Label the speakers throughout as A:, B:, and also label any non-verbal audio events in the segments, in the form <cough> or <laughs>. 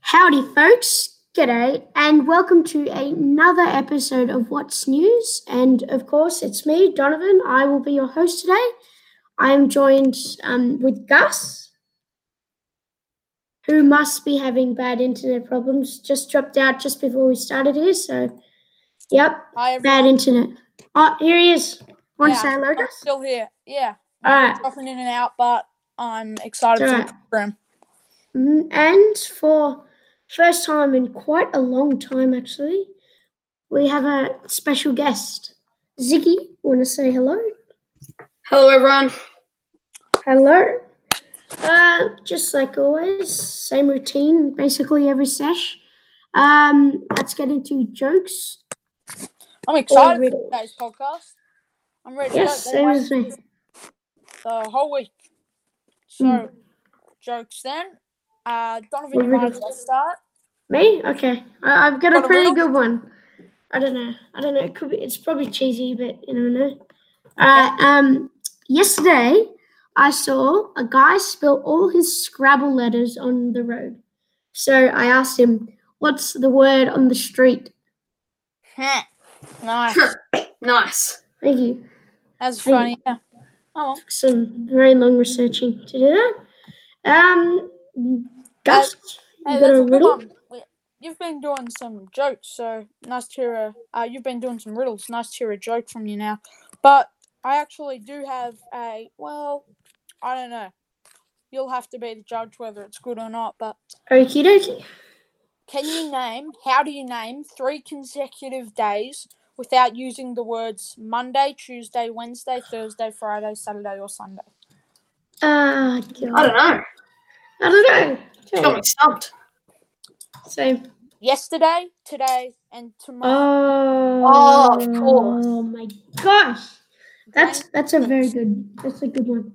A: Howdy, folks. G'day, and welcome to another episode of What's News. And of course, it's me, Donovan. I will be your host today. I am joined um, with Gus, who must be having bad internet problems. Just dropped out just before we started here. So, yep,
B: Hi, everyone.
A: bad internet. Oh, here he is. Want to
B: Yeah.
A: say hello,
B: I'm
A: Gus?
B: still here. Yeah,
A: All right.
B: dropping in and out, but I'm excited for
A: Alright.
B: the program.
A: Mm, And for first time in quite a long time, actually, we have a special guest. Ziggy, want to say hello?
C: Hello, everyone.
A: Hello. Uh, just like always, same routine, basically every sesh. Um, let's get into jokes.
B: I'm excited
A: riddles.
B: for today's podcast. I'm ready. to go.
A: Yes,
B: They
A: same as
B: waited
A: me.
B: the whole week. So,
A: Mm.
B: jokes then. Uh, Donovan,
A: What
B: you might as
A: riddles?
B: well start.
A: Me? Okay. I, I've got
B: Got
A: a
B: a
A: pretty
B: riddle?
A: good one. I don't know. I don't know. It could be. It's probably cheesy, but you never know. Uh, um, yesterday, I saw a guy spill all his Scrabble letters on the road. So I asked him, "What's the word on the street?"
B: Heh. nice.
C: Nice.
A: Thank you.
B: That's
A: Thank
B: funny. Yeah. Oh, well.
A: Some very long researching to do that. Um, Gus,
B: hey,
A: you got
B: that's
A: a
B: a good
A: riddle?
B: one. We- You've been doing some jokes, so nice to hear. A, uh, you've been doing some riddles. Nice to hear a joke from you now. But I actually do have a well. I don't know. You'll have to be the judge whether it's good or not. But
A: Okie dokie.
B: can you name? How do you name three consecutive days without using the words Monday, Tuesday, Wednesday, Thursday, Friday, Saturday, or Sunday?
A: Ah,
C: I
A: God.
C: don't know.
A: I don't
C: Got
A: know.
C: me stumped.
A: Same.
B: Yesterday, today, and
A: Uh,
B: tomorrow.
A: Oh,
C: of course.
A: Oh my gosh, that's that's a very good that's a good one.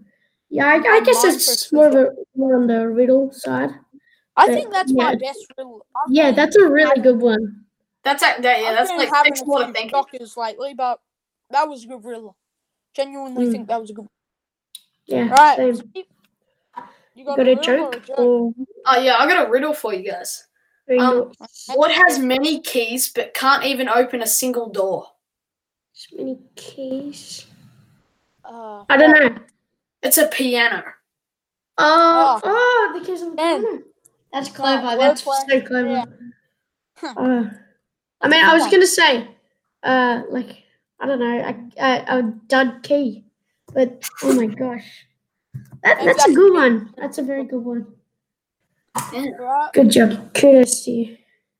A: Yeah, I, I guess
B: Mine
A: it's
B: first
A: more of a more on the riddle side.
B: I
A: but,
B: think that's
A: uh,
B: my
A: yeah.
B: best riddle. I've
A: Yeah,
B: been-
A: that's a really good one.
C: That's act- that, yeah.
B: I've
C: That's
B: been
C: like
B: having a
C: excellent
B: few
C: thinking.
B: shockers lately, but that was a good riddle. Genuinely
A: Mm.
B: think that was a good.
A: Yeah,
B: Right,
A: same.
B: You got,
A: Got
B: a,
A: a
B: riddle
A: joke
B: Or a joke?
A: or
C: Oh yeah, I got a riddle for you guys.
A: riddle?
C: What has many keys but can't even open a single door?
A: So many keys.
B: Uh,
A: I don't know.
C: It's a piano.
A: Oh, oh, the keys on the
B: Ben.
A: corner. That's clever.
B: well
A: that's
B: played.
A: so clever.
B: Yeah. Huh.
A: Uh, I mean, I was gonna say, uh, like I don't know, a, a, a dud key, but oh my gosh, that, that's a good one. That's a very good one.
B: Right.
A: Good job, kudos to you.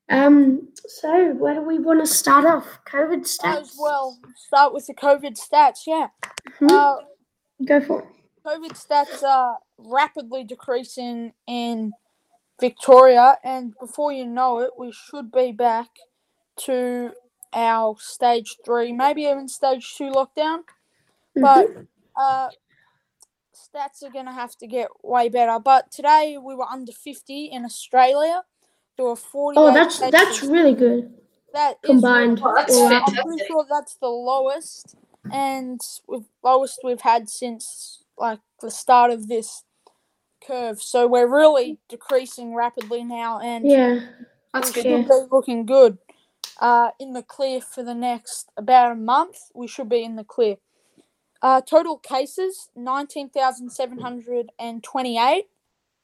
A: Um, so where do we want to start off? COVID
B: Might as
A: stats.
B: well start with the COVID stats. Yeah.
C: Mm-hmm.
A: Hmm?
B: Uh,
A: Go for it.
B: COVID stats are rapidly decreasing in Victoria, and before you know it, we should be back to our stage three, maybe even stage two lockdown. but
A: Mm-hmm.
B: uh, stats are going to have to get way better. But today we were under 50 in Australia. There were 40.
A: oh, that's that's really good.
B: that is
A: combined.
C: Oh, that's
A: Wow.
B: I'm pretty
C: fantastic.
B: sure that's the lowest and we've, lowest we've had since like the start of this curve. So we're really decreasing rapidly now, and
A: Yeah.
C: That's
B: we
C: good.
A: Yeah.
B: should be looking good. Uh, in the clear for the next about a month, we should be in the clear. Uh, total cases nineteen thousand seven hundred and twenty-eight,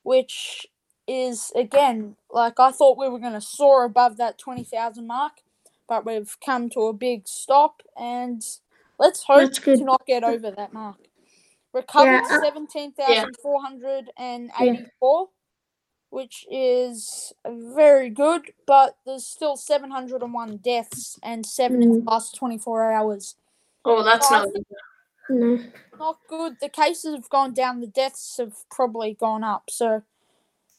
B: which is again like I thought we were going to soar above that twenty thousand mark, but we've come to a big stop, and let's hope
A: That's good.
B: to not get over that mark. Recovered
A: Yeah, uh,
B: seventeen thousand four hundred and eighty-four which is very good, but there's still 701 deaths and seven in the last 24 hours.
C: Oh, that's not.
A: No.
B: Not good. The cases have gone down, the deaths have probably gone up. So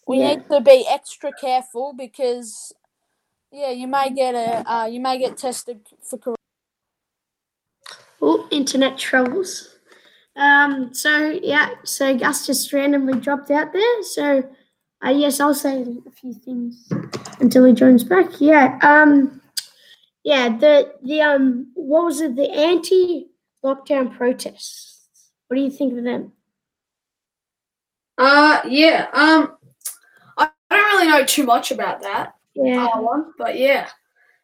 B: we
A: Yeah.
B: need to be extra careful because, yeah, you may get a uh, you may get tested for corona.
A: Oh, internet troubles. Um, so yeah, so Gus just randomly dropped out there. So I guess I'll say a few things until he joins back. Yeah. Um, yeah. The the um, what was it? The anti-lockdown protests. What do you think of them?
C: Uh, yeah. Um, I I don't really know too much about that
A: Yeah.
C: uh, one, but yeah,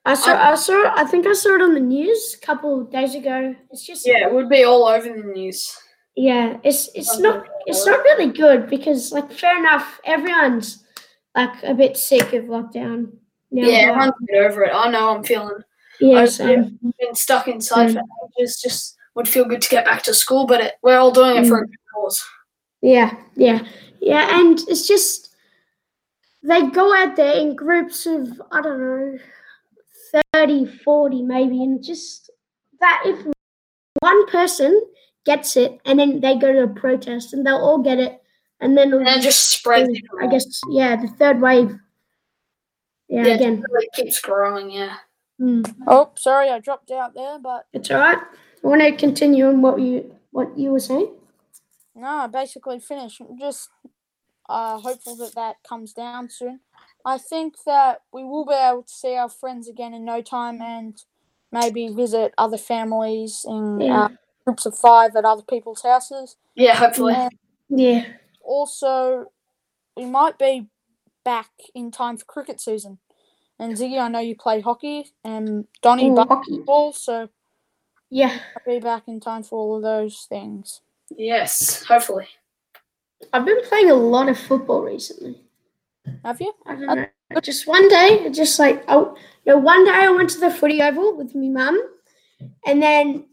A: I saw. I saw. I think I saw it on the news a couple of days ago. It's just.
C: yeah, it would be all over the news.
A: Yeah, it's it's not it's not really good because like fair enough, everyone's like a bit sick of lockdown. Now,
C: Yeah, everyone's a bit over it. I know I'm feeling
A: yeah,
C: I-
A: same.
C: been stuck inside for ages. Just would feel good to get back to school, but it, we're all doing it for a good cause.
A: yeah, yeah, yeah, and it's just they go out there in groups of I don't know 30, 40 maybe, and just that if one person gets it and then they go to a protest and they'll all get it and then it'll
C: And it
A: just
C: just spreads.
A: be, Mm, I
C: everywhere.
A: guess yeah, the third wave. Yeah,
C: Yeah.
A: again.
C: It really keeps growing. Yeah.
A: Hmm.
B: Oh, sorry, I dropped out there, but
A: It's all right. I want to continue on what you what you were saying.
B: no, I basically finished. I'm Just uh, hopeful that that comes down soon. I think that we will be able to see our friends again in no time and maybe visit other families in
A: Yeah.
B: uh, groups of five at other people's houses.
C: Yeah. Hopefully.
A: Mm.
B: And
A: Yeah.
B: also, we might be back in time for cricket season. And Ziggy, I know you play hockey, and Donny
A: Ooh, hockey.
B: basketball, so
A: Yeah.
B: I'll be back in time for all of those things.
C: Yes. Hopefully.
A: I've been playing a lot of football recently.
B: Have you?
A: I don't know. Just one day, just like oh no, one day I went to the footy oval with my mum, and then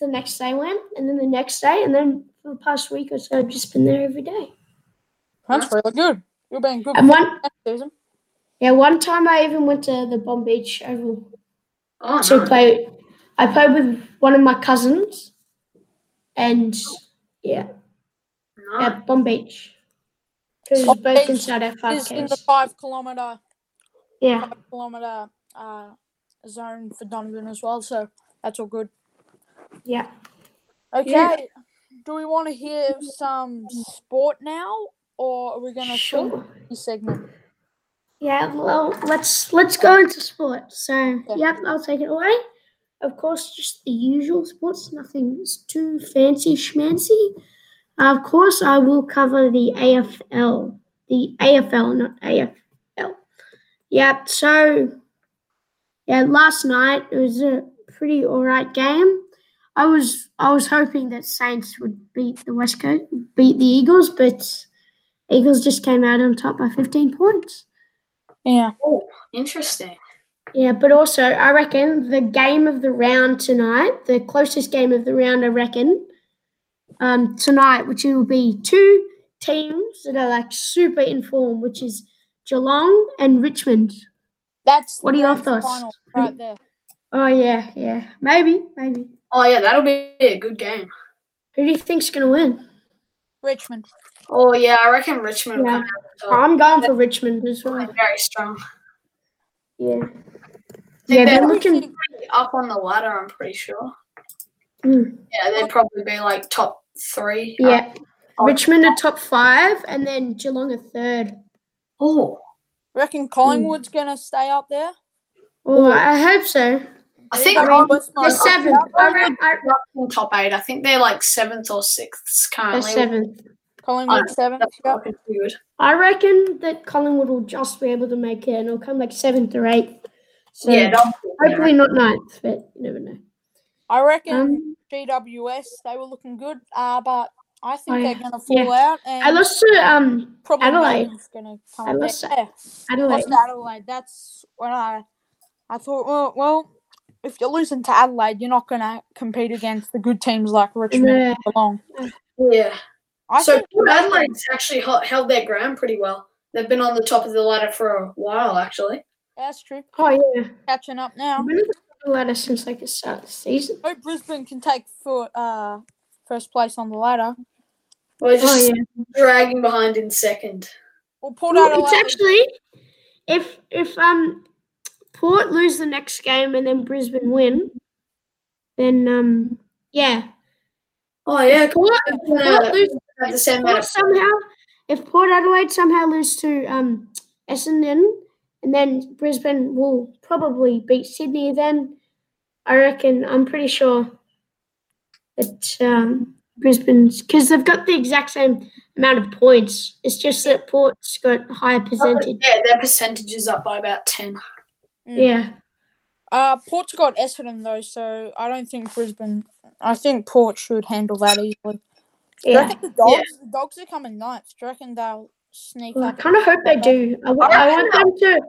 A: the next day I went, and then the next day, and then for the past week or so, I've just been there every day.
B: That's really good. You're being good
A: And one
B: next season.
A: yeah, one time I even went to the Bomb Beach Oval
C: Oh,
A: to
C: nice.
A: play. I played with one of my cousins, and yeah.
C: Nice.
A: at Bomb Beach. Because
B: Bomb
A: both
B: Beach
A: inside our five
B: Is in the
A: Ks.
B: five kilometer
A: Yeah,
B: five kilometer uh, zone for Donovan as well, so that's all good.
A: yeah.
B: Okay.
A: Yeah.
B: Do we want to hear some sport now, or are we going to sure. segment?
A: Yeah, well let's let's go into sports. So
B: Yeah.
A: yep, I'll take it away. Of course, just the usual sports, nothing s- too fancy schmancy. Of course, I will cover the AFL. The AFL, not AFL. Yep, so yeah, last night it was a pretty alright game. I was I was hoping that Saints would beat the West Coast, beat the Eagles, but Eagles just came out on top by 15 points.
B: Yeah.
C: Oh, interesting.
A: Yeah, but also I reckon the game of the round tonight, the closest game of the round, I reckon, um, tonight, which will be two teams that are like super in form, which is Geelong and Richmond.
B: That's the
A: What are your
B: grand
A: thoughts?
B: Final right there.
A: Oh yeah, yeah, maybe, maybe.
C: Oh yeah, that'll be a good game.
A: Who do you think's gonna win?
B: Richmond.
C: Oh yeah, I reckon Richmond will
A: Yeah.
C: come out
A: I'm going for Richmond as
C: with
A: well.
C: a- very strong.
A: Yeah,
C: Think
A: yeah, they're
C: they're
A: looking.
C: up on the ladder, I'm pretty sure.
A: Mm.
C: Yeah, they'd probably be like top three. uh,
A: Yeah, Richmond are top five, and then Geelong are third.
C: oh,
B: Reckon Collingwood's going to stay up there.
A: Oh, I hope so.
C: I think
B: Reckon
C: Richmond
B: West
A: They're
B: Coast-
A: seventh. I read, I,
C: are up in top eight. I think they're like seventh or sixth
A: they're
C: currently.
A: seventh.
B: Collingwood
A: Uh,
B: seventh.
C: That's
B: Yep.
C: fucking good.
A: I reckon that Collingwood will just be able to make it, and it'll come like seventh or eighth. So
C: Yeah, they'll-
A: hopefully not ninth, but you never know.
B: I reckon
A: Um,
B: GWS they were looking good, uh, but I think
A: Oh,
B: they're
A: yeah.
B: going to fall out. And
A: I lost to um
B: probably
A: Adelaide.
B: Melbourne's gonna come
A: I
B: up
A: lost-
B: there. Yeah,
A: Adelaide.
B: lost to Adelaide. That's when I, I thought, well, well, if you're losing to Adelaide, you're not gonna compete against the good teams like Richmond and Geelong.
C: yeah.
B: I
C: so
B: think
C: Port Adelaide's actually hel- held their ground pretty well. They've been on the top of the ladder for a while, actually.
B: that's true.
A: Oh yeah,
B: Catching up now.
A: I've been a ladder since like the start of the season.
B: Hope Brisbane can take for uh first place on the ladder.
C: We're
A: Oh
C: just
A: yeah,
C: dragging behind in second.
B: Well, Port
A: Well,
B: Adelaide.
A: it's actually if if um Port lose the next game and then Brisbane win, then um yeah,
C: Oh yeah, cool.
A: Port, Port
C: Yeah.
A: lose
C: Have the same amount
A: Port
C: of-
A: somehow, if Port Adelaide somehow lose to um, Essendon, and then Brisbane will probably beat Sydney, then I reckon I'm pretty sure that um, Brisbane's because they've got the exact same amount of points. It's just that Port's got higher percentage.
C: Yeah, their percentage is up by about 10. Oh,
A: Yeah.
B: mm. Uh, Port's got Essendon though, so I don't think Brisbane. I think Port should handle that easily. Do you
A: Yeah.
B: reckon the dogs? The dogs are coming ninth. Do you reckon they'll sneak
A: Well, I
B: up?
A: kind of hope they do. I wa- I want them to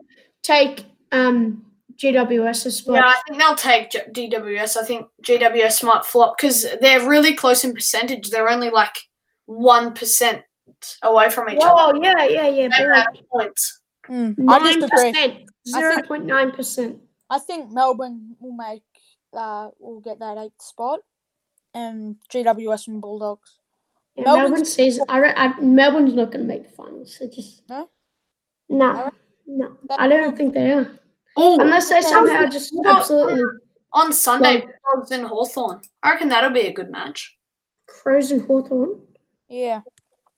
A: take um, GWS's spot.
C: Yeah, I think they'll take J- DWS. I think GWS might flop because they're really close in percentage. They're only like 1% away from each other.
A: Whoa, yeah, yeah, yeah.
C: They
A: but
C: have points.
B: Mm, I
A: Nine
B: just agree.
A: percent, zero point nine percent.
B: I think Melbourne will make uh will get that eighth spot, and GWS and Bulldogs. Melbourne's-
A: Melbourne season. I, re- I Melbourne's not going to make the finals. They just
B: No?
A: no,
B: Alright.
A: no. I don't think they are
C: Oh,
A: unless they
B: Okay.
A: somehow just
C: What about-
A: absolutely
C: on Sunday,
A: Well-
C: Bulldogs and Hawthorn. I reckon that'll be a good match.
A: Crows and Hawthorn.
B: Yeah,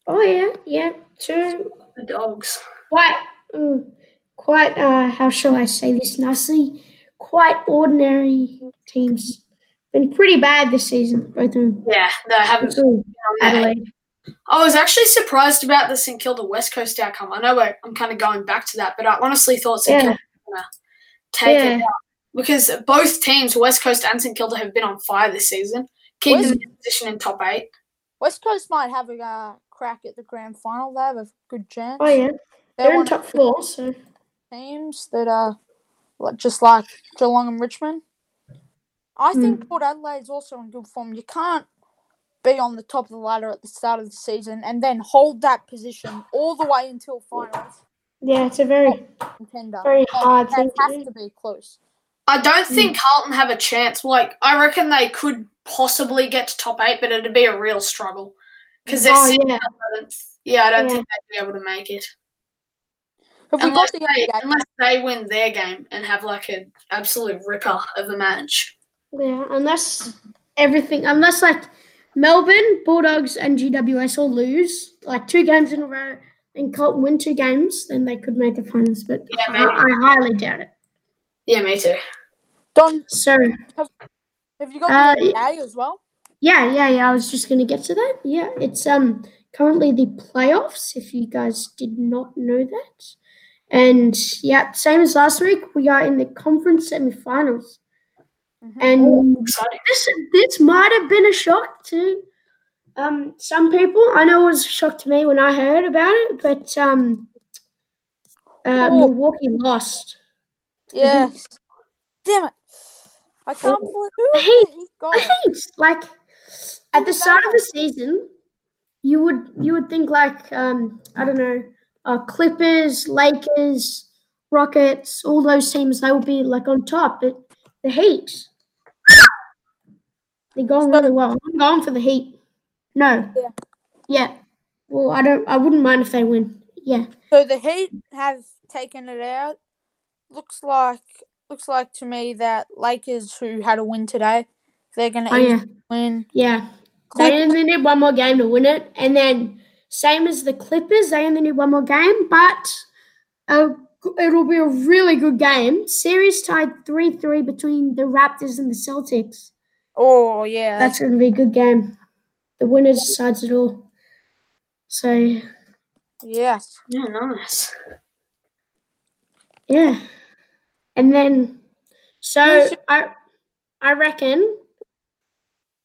A: Oh yeah, yeah. Two
C: The Dogs.
A: quite mm, quite uh how shall I say this nicely? Quite ordinary teams. Been pretty bad this season, both of them.
C: Yeah, they haven't.
A: It's all
C: been on that.
A: Adelaide.
C: I was actually surprised about the St Kilda West Coast outcome. I know we're- I'm kind of going back to that, but I honestly thought St
A: Yeah,
C: Kilda take
A: yeah.
C: it out because both teams, West Coast and St Kilda, have been on fire this season, keeping
B: West-
C: them in position in top eight.
B: West Coast might have a uh, crack at the grand final. They have a good chance.
A: Oh yeah.
B: They're,
A: They're in
B: one
A: top four, so
B: of the teams that are like- just like Geelong and Richmond.
A: Hmm.
B: I think Port Adelaide's also in good form. You can't be on the top of the ladder at the start of the season and then hold that position all the way until finals
A: yeah, it's a very
B: contender.
A: very
B: That-
A: hard
B: Oh, that
A: thing to
B: has
A: do.
B: to be close.
C: I don't
A: Hmm.
C: think Carlton have a chance. Like I reckon they could possibly get to top eight, but it'd be a real struggle because they're
A: Oh
C: sitting
A: yeah.
C: seventh. Yeah, I don't
A: Yeah.
C: think they'd be able to make it
B: Have we got
C: unless
B: the
C: they,
B: update?
C: unless they win their game and have like an absolute ripper of a match.
A: Yeah, unless everything, unless like Melbourne Bulldogs and GWS all lose like two games in a row and Colton win two games, then they could make the finals. But
C: Yeah,
A: I,
C: maybe.
A: I highly doubt it.
C: Yeah, me too.
B: Don,
A: So
B: have you got
A: Uh,
B: the update as well?
A: yeah, yeah, yeah. I was just gonna get to that. Yeah, it's um currently the playoffs. If you guys did not know that, and yeah, same as last week, we are in the conference semifinals,
B: Mhm.
A: and
C: Exciting.
A: this this might have been a shock to um, some people. I know it was a shock to me when I heard about it, but um, uh,
B: Oh.
A: Milwaukee lost.
B: Yes. Damn it. I can't believe
A: Hey,
B: he got
A: I
B: it.
A: think like at the start of the season, you would you would think like um, I don't know, uh, Clippers, Lakers, Rockets, all those teams they would be like on top, but the Heat. They're going really well. I'm going for the Heat. No.
B: Yeah.
A: Yeah. Well, I don't. I wouldn't mind if they win. Yeah.
B: So the Heat have taken it out. Looks like looks like to me that Lakers who had a win today, they're gonna
A: Oh yeah.
B: easily win.
A: Yeah.
B: Clip-
A: They only need one more game to win it. And then, same as the Clippers, they only need one more game, but uh, it'll be a really good game. Series tied 3 3 between the Raptors and the Celtics.
B: Oh yeah.
A: That's going to be a good game. The winner decides it all. So,
B: yes.
C: Yeah, nice.
A: yeah. And then, so
B: Who's your-
A: I, I reckon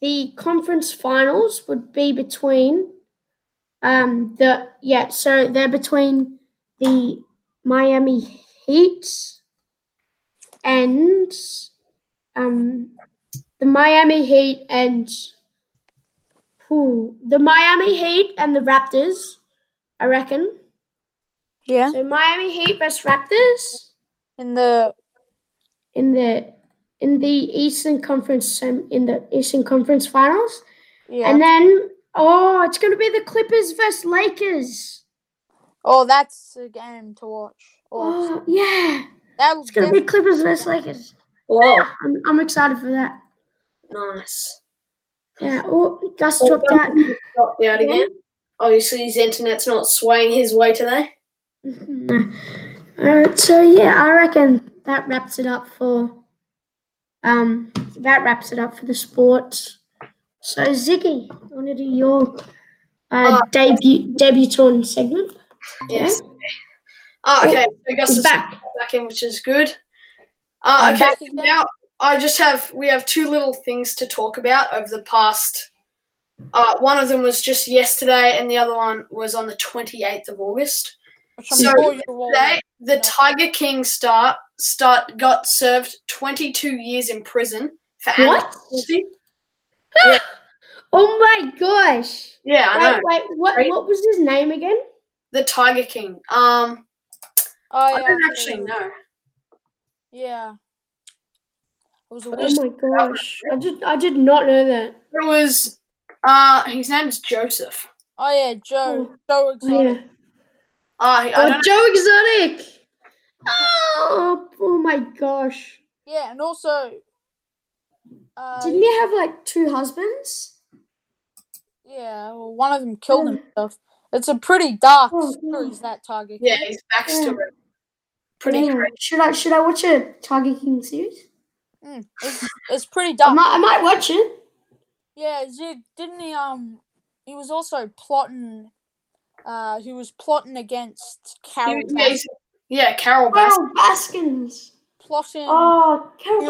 A: the conference finals would be between um the yeah so they're between the Miami Heat and um the Miami Heat and who the Miami Heat and the Raptors I reckon
B: Yeah.
A: so Miami Heat versus Raptors
B: In the
A: in the in the Eastern Conference sem- in the Eastern Conference Finals
B: yeah.
A: and then, oh, it's going to be the Clippers versus Lakers.
B: oh that's a game to watch.
A: <gasps>
B: Oh,
A: Oh, yeah.
B: that'll
A: It's going to be
B: def-
A: Oh. Clippers versus Lakers.
C: Whoa,
A: I'm, I'm excited for that.
C: nice.
A: Yeah. Oh, Gus dropped out.
C: Dropped out again. Obviously, his internet's not swaying his way today.
A: <laughs> All right. So, yeah, I reckon that wraps it up for. Um, that wraps it up for the sports. So Ziggy, I want to do your uh, debut debutant segment.
C: Yes. Oh, okay. So Gus
A: He's
C: is back.
A: back.
C: in, which is good. Uh,
B: I'm
C: okay.
B: back again.
C: Now I just have we have two little things to talk about over the past. Uh, one of them was just yesterday, and the other one was on the twenty eighth of August.
B: Which I'm
C: So,
B: sure you all
C: Today, the Tiger King star start got served twenty two years in prison for animal
A: What?
C: cruelty.
A: Oh my gosh!
C: Yeah, I know
A: Wait, wait, what?
C: Right?
A: What was his name again?
C: the Tiger King. Um, I
B: Oh, I
C: don't actually know.
B: Yeah. It was a
A: Oh
B: weird
A: my gosh! I did. I did not know that.
C: It was uh, his name is Joseph.
B: Oh yeah, Joe. Joe
A: Oh,
B: exotic.
A: yeah.
C: Uh, I
A: Oh,
C: don't
A: Joe Exotic. Oh, oh my gosh!
B: Yeah. and also uh,
A: Didn't he have like two husbands?
B: yeah, well, one of them killed
A: Yeah.
B: himself. It's a pretty dark
A: Oh,
B: series that Tiger King.
C: Yeah, his backstory. Pretty
A: Yeah.
C: great.
A: Should I? Should I watch a Tiger King series?
B: Mm, it's,
A: <laughs>
B: it's pretty
A: I
B: dark.
A: might. I might watch it.
B: Yeah, Zid didn't he um he was also plotting uh he was plotting against Carol
C: He- yeah,
B: Baskin,
C: he's- yeah, Carol Baskin.
A: Carol Baskins.
C: Mm.
B: plotting
A: Oh, Carol
B: Yeah.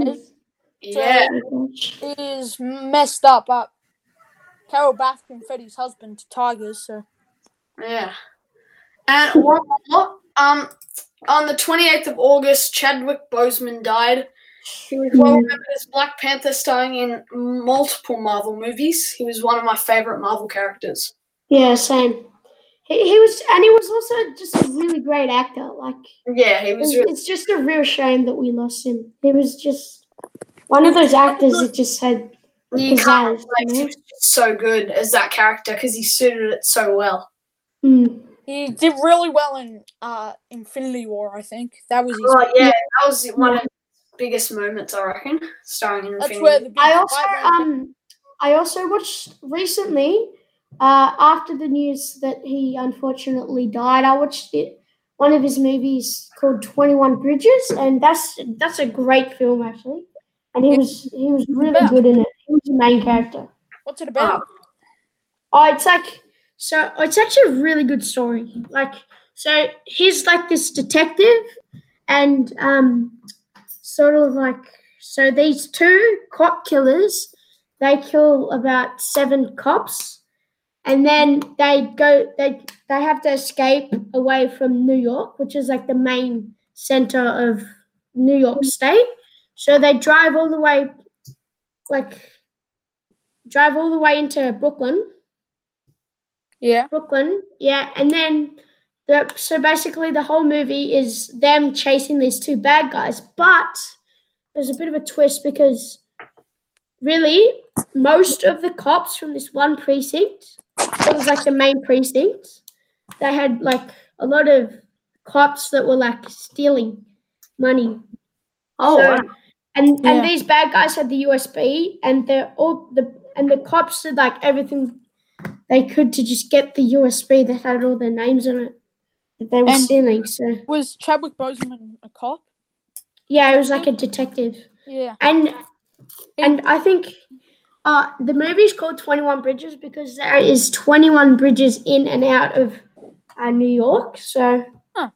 A: Baskins.
C: Yeah,
A: Oh my gosh.
B: is messed up up Carol Baskin fed his husband to tigers, so
C: yeah. And one more. Um, on the 28th of August, Chadwick Boseman died. He was well remembered as Black Panther, starring in multiple Marvel movies. He was one of my favorite Marvel characters.
A: Yeah, same. He, he was, and he was also just a really great actor. Like,
C: Yeah, he was
A: it's,
C: really.
A: it's just a real shame that we lost him. He was just one of those actors that just had
C: You can't
A: pizzazz.
C: like,
A: you
C: he
A: know?
C: was so good as that character because he suited it so well.
A: Mm.
B: he did really well in uh Infinity War, I think. That was his
C: Oh yeah, that was one of the biggest moments I reckon, starring in
B: that's
C: Infinity.
B: where the big
A: I also,
B: fight went.
A: um, I also watched recently, uh, after the news that he unfortunately died. I watched it. One of his movies called Twenty One Bridges, and that's that's a great film actually. And he was he was really
B: about?
A: good in it. He was the main character.
B: what's it
C: Oh,
B: about?
A: Oh, it's like so. It's actually a really good story. Like so, he's like this detective, and um, sort of like so these two cop killers, they kill about seven cops, and then they go they they have to escape away from New York, which is like the main center of New York State. So they drive all the way, like drive all the way into Brooklyn.
B: Yeah.
A: Brooklyn, yeah, and then the so basically the whole movie is them chasing these two bad guys, but there's a bit of a twist because really most of the cops from this one precinct, it was like the main precinct, they had like a lot of cops that were like stealing money.
C: Oh,
A: So-
C: wow.
A: and
B: Yeah.
A: and these bad guys had the USB, and they're all the and the cops did like everything they could to just get the USB that had all their names on it that they were
B: And-
A: stealing. So
B: Was Chadwick Boseman a cop?
A: yeah, it was like a detective,
B: Yeah.
A: and and I think uh the movie's called Twenty One Bridges because there is twenty one bridges in and out of uh, New York. So
B: Huh.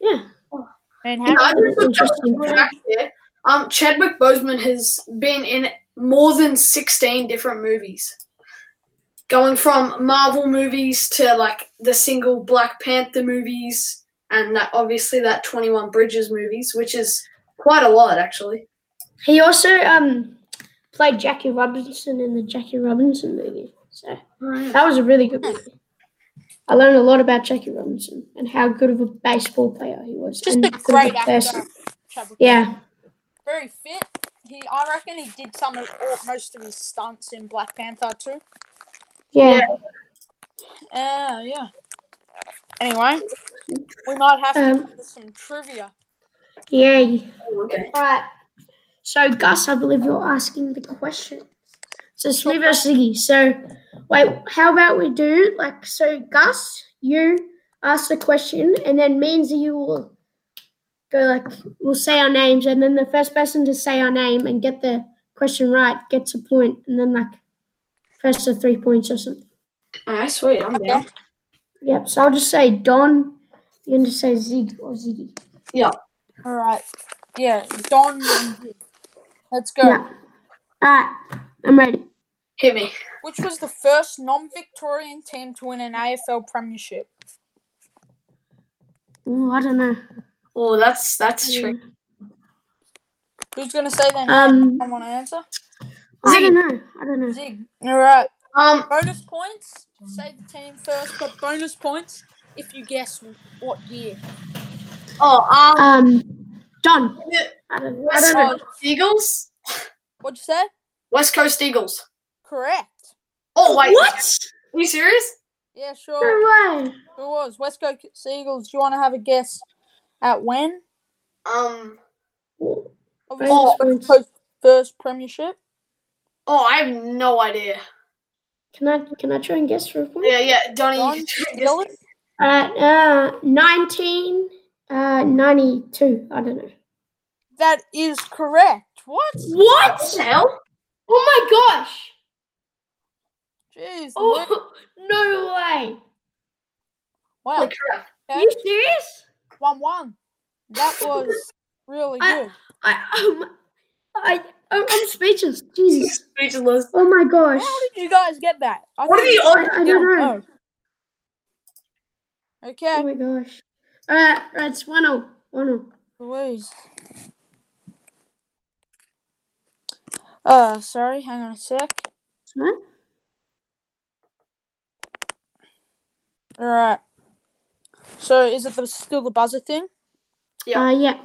A: yeah,
C: You know, I
B: Manhattan.
C: just looked up
A: Interesting.
C: the fact there. Um, Chadwick Boseman has been in more than sixteen different movies, going from Marvel movies to like the single Black Panther movies, and that obviously that Twenty One Bridges movies, which is quite a lot actually.
A: he also um played Jackie Robinson in the Jackie Robinson movie. So. That was a really good movie. I learned a lot about Jackie Robinson and how good of a baseball player he was.
B: Just
A: and
B: a
A: good of
B: great actor.
A: person.
B: Chadwick
A: Yeah.
B: very fit. He, I reckon he did some of or most of his stunts in Black Panther too.
A: Yeah.
B: Uh, yeah. Anyway, we might have to
A: Um,
B: do some trivia.
A: Yay.
C: Okay.
A: All right. So, Gus, I believe you're asking the question. So, Sliver Siggy. So, wait, how about we do like, so, Gus, you ask the question, and then me and you will go like, we'll say our names, and then the first person to say our name and get the question right gets a point, and then like, first to three points or something.
C: Alright, sweet. I'm down.
A: Yep. So I'll just say Don. You can just say Zig or Ziggy.
B: All right. Yeah, Don. and Zig. Let's go.
A: Yeah. All right. I'm ready.
C: Hit me.
B: Which was the first non-Victorian team to win an AFL premiership?
A: Ooh, I don't know.
C: Oh, that's that's true.
B: Who's gonna say then?
A: Um,
B: Someone answer.
A: I don't know. I don't know.
B: Zig. All right.
C: Um,
B: Bonus points. Say the team first, but bonus points if you guess what year.
C: oh, um,
A: Um, Don. I don't, I
C: West
A: don't know.
C: Coast Eagles?
B: What'd you say?
C: West Coast Eagles.
B: Correct.
C: Oh, wait.
A: What?
C: Are you serious?
B: Yeah, sure.
A: No way.
B: Who was West Coast Seagulls? Do you want to have a guess at when?
C: Um,
B: Obviously,
C: Oh.
B: West Coast first premiership.
C: oh, I have no idea.
A: Can I can I try and guess for a point?
C: Yeah, yeah, Donnie.
B: Don,
C: you can try
B: Dylan?
A: <laughs>
C: and guess.
A: All right. Uh, nineteen. Uh, ninety-two. I don't know.
B: That is correct. What?
C: What the hell?
A: Oh my gosh!
B: Jeez. Lou-
A: Oh <laughs> no way!
B: Wow.
C: Holy crap.
A: Are you serious?
B: One one. That was really
A: I-
B: good.
A: I um, I I'm, I'm speechless. Jesus!
C: Speechless.
A: Oh my gosh!
B: How did you guys get that? I
C: What are
B: think-
C: the
A: I,
C: odds?
A: I don't know.
B: Oh.
A: Oh
B: Okay,
A: my gosh! All right, right, it's one oh one oh.
B: Louise. Uh, sorry, hang on a sec.
A: What?
B: All right. So, is it the, still the buzzer thing?
C: Yeah.
A: Uh, yeah.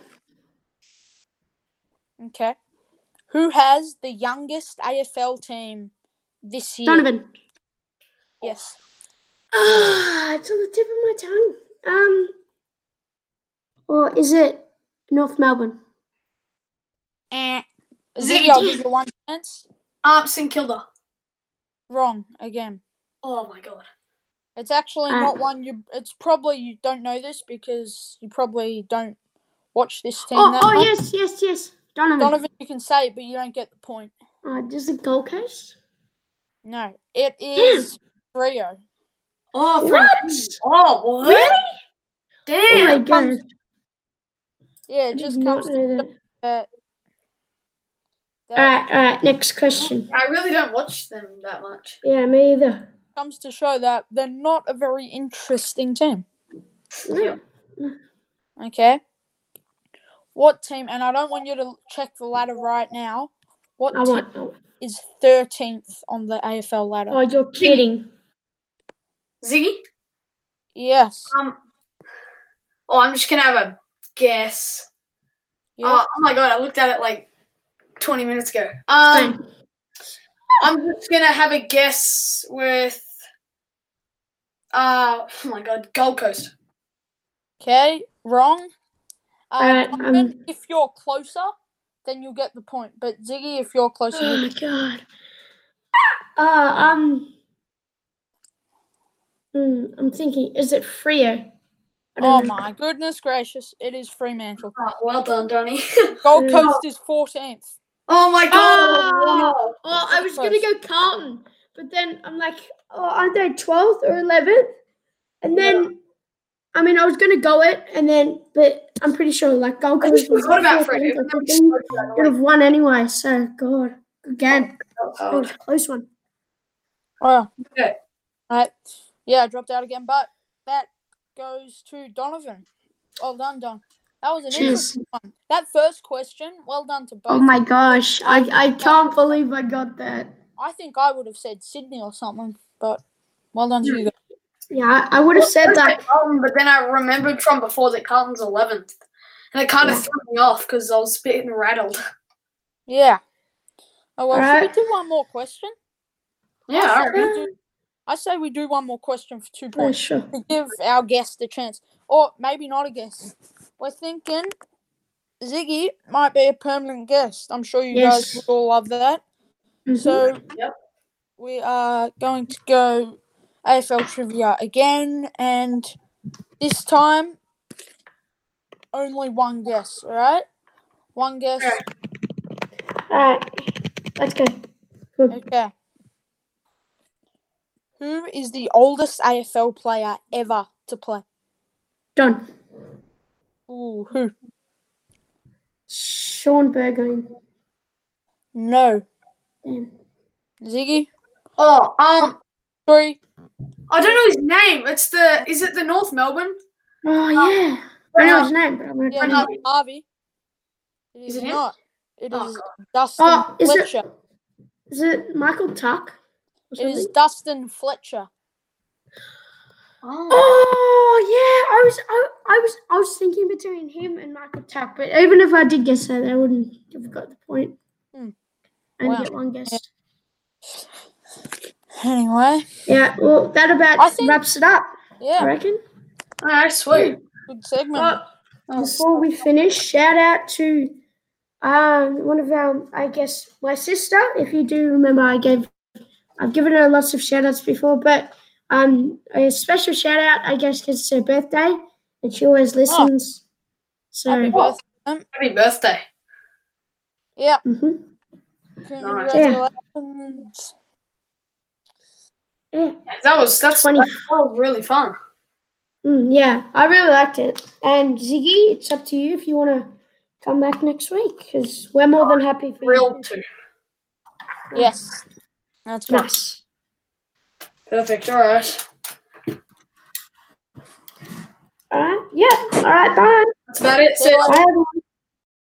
B: Okay. Who has the youngest AFL team this year?
A: Donovan.
B: Yes.
A: Ah, it's on the tip of my tongue. Um, or is it North Melbourne?
B: Eh.
C: Ziggy
B: Ziggy, I'll
C: did.
B: give you one chance.
C: Um, St Kilda.
B: Wrong again.
C: Oh my god.
B: It's actually
A: Uh,
B: not one you. It's probably you don't know this because you probably don't watch this team.
A: Oh,
B: that
A: oh
B: much.
A: yes, yes, yes. Donovan.
B: Donovan, you can say it, but you don't get the point.
A: Uh, does it Gold Coast?
B: No, it
A: Hmm.
B: is Rio.
C: Oh,
A: What?
C: Frank- Oh, what?
A: Really? Oh
C: Damn.
A: my gosh!
B: Yeah,
A: I
B: it
A: did
B: just
A: not
B: comes.
A: know that.
B: Uh,
A: All right, all right. Next question.
C: I really don't watch them that much.
A: Yeah, me either.
B: comes to show that they're not a very interesting team.
A: Yeah.
B: Okay. What team? And I don't want you to check the ladder right now. What
A: I
B: team
A: want. I want.
B: is thirteenth on the AFL ladder?
A: Oh, you're kidding.
C: Ziggy?
B: Yes.
C: Um. Oh, I'm just gonna have a guess.
B: Yeah.
C: Oh, oh my god, I looked at it like 20 minutes ago. Um, I'm just gonna have a guess with. Uh, oh my god, Gold Coast.
B: Okay, wrong. Uh,
A: Alright,
B: Donovan,
A: um,
B: if you're closer, then you'll get the point. But Ziggy, if you're closer,
A: Oh <gasps>
B: you-
A: my god. Uh, um. mm, I'm thinking, is it Frio? I
B: oh
A: don't know.
B: my goodness gracious, it is Fremantle.
C: Oh, well done, Donny.
B: Gold
A: Mm.
B: Coast is 14th.
C: <laughs> oh my god. Ah!
A: Oh! Well,
B: It's
A: I
B: up
A: was
B: close.
A: gonna go Carlton, but then I'm like, oh, aren't they 12th or 11th? And then, I mean, I was gonna go it, and then, but I'm pretty sure like Gold
C: I
A: Coast
C: just
A: was
C: forgot about
A: fourth, I
C: Freddie.
A: think, or fifteen. would have won anyway. So God, again,
C: Oh,
A: it was a close one.
B: Oh,
C: Okay.
B: right. Yeah, I dropped out again, but that goes to Donovan. Well done, Don. That was an
A: Cheers.
B: interesting one. That first question, well done to both.
A: Oh my gosh, I I can't believe I got that.
B: I think I would have said Sydney or something, but well done to you. guys.
A: Yeah, I, I would have said that.
C: Carlton, but then I remembered from before that Carlton's 11th. And it kind of threw me off because I was getting rattled.
B: Yeah. Oh well,
A: Alright.
B: should we do one more question?
C: <laughs> Yeah,
B: I
C: all
B: say,
C: right.
B: we do, I say we do one more question for two
A: Oh,
B: points
A: sure.
B: to give our guest a chance, or maybe not a guess. We're thinking Ziggy might be a permanent guest. I'm sure you guys
A: Yes.
B: would all love that.
A: Mhm.
B: So
C: Yep.
B: we are going to go AFL trivia again, and this time only one guess. All right, one guess.
C: Alright.
A: All right, let's go.
B: Okay. Who is the oldest AFL player ever to play?
A: John.
B: Ooh, who?
A: Sean Burgoyne.
B: No.
A: Damn.
B: Ziggy?
C: Oh, um,
B: Three.
C: I don't know his name. It's the is it the North Melbourne?
A: Oh, yeah. I know his name, but I'm not
B: Yeah,
A: yeah,
B: no, Harvey. It is,
C: Is it him?
B: not. It
C: Oh,
B: is
C: God.
B: Dustin
A: Oh, is it-
B: Fletcher.
A: Is it Michael Tuck? or
B: It is
A: something?
B: Dustin Fletcher.
C: Oh,
A: Oh yeah, I was I, I was I was thinking between him and Michael Tuck, but even if I did guess that, I wouldn't have got the point.
B: Hmm.
A: I only
B: Wow.
A: get one guess.
B: Anyway,
A: Yeah, well, that
B: I
A: about
B: think-
A: wraps it up. I
B: yeah,
A: reckon.
C: all right, Oh, sweet.
B: good segment.
C: Oh,
A: Before we finish, shout out to um, one of our, I guess, my sister. If you do remember, I gave, I've given her lots of shout outs before, but um, a special shout out, I guess, because it's her birthday and she always listens. So,
B: Happy birthday.
C: happy birthday!
B: Yeah,
A: mhm.
B: congratulations.
A: yeah.
C: That was that's
A: 20
C: that was really fun.
A: Mm, yeah, I really liked it. And Ziggy, it's up to you if you want to come back next week because we're more than happy for
C: Real
A: you.
C: too.
B: Yes, that's good.
A: Nice.
C: Perfect. All right.
A: All right. Yeah. All right. Bye.
C: That's about it. See you
A: Bye. everyone.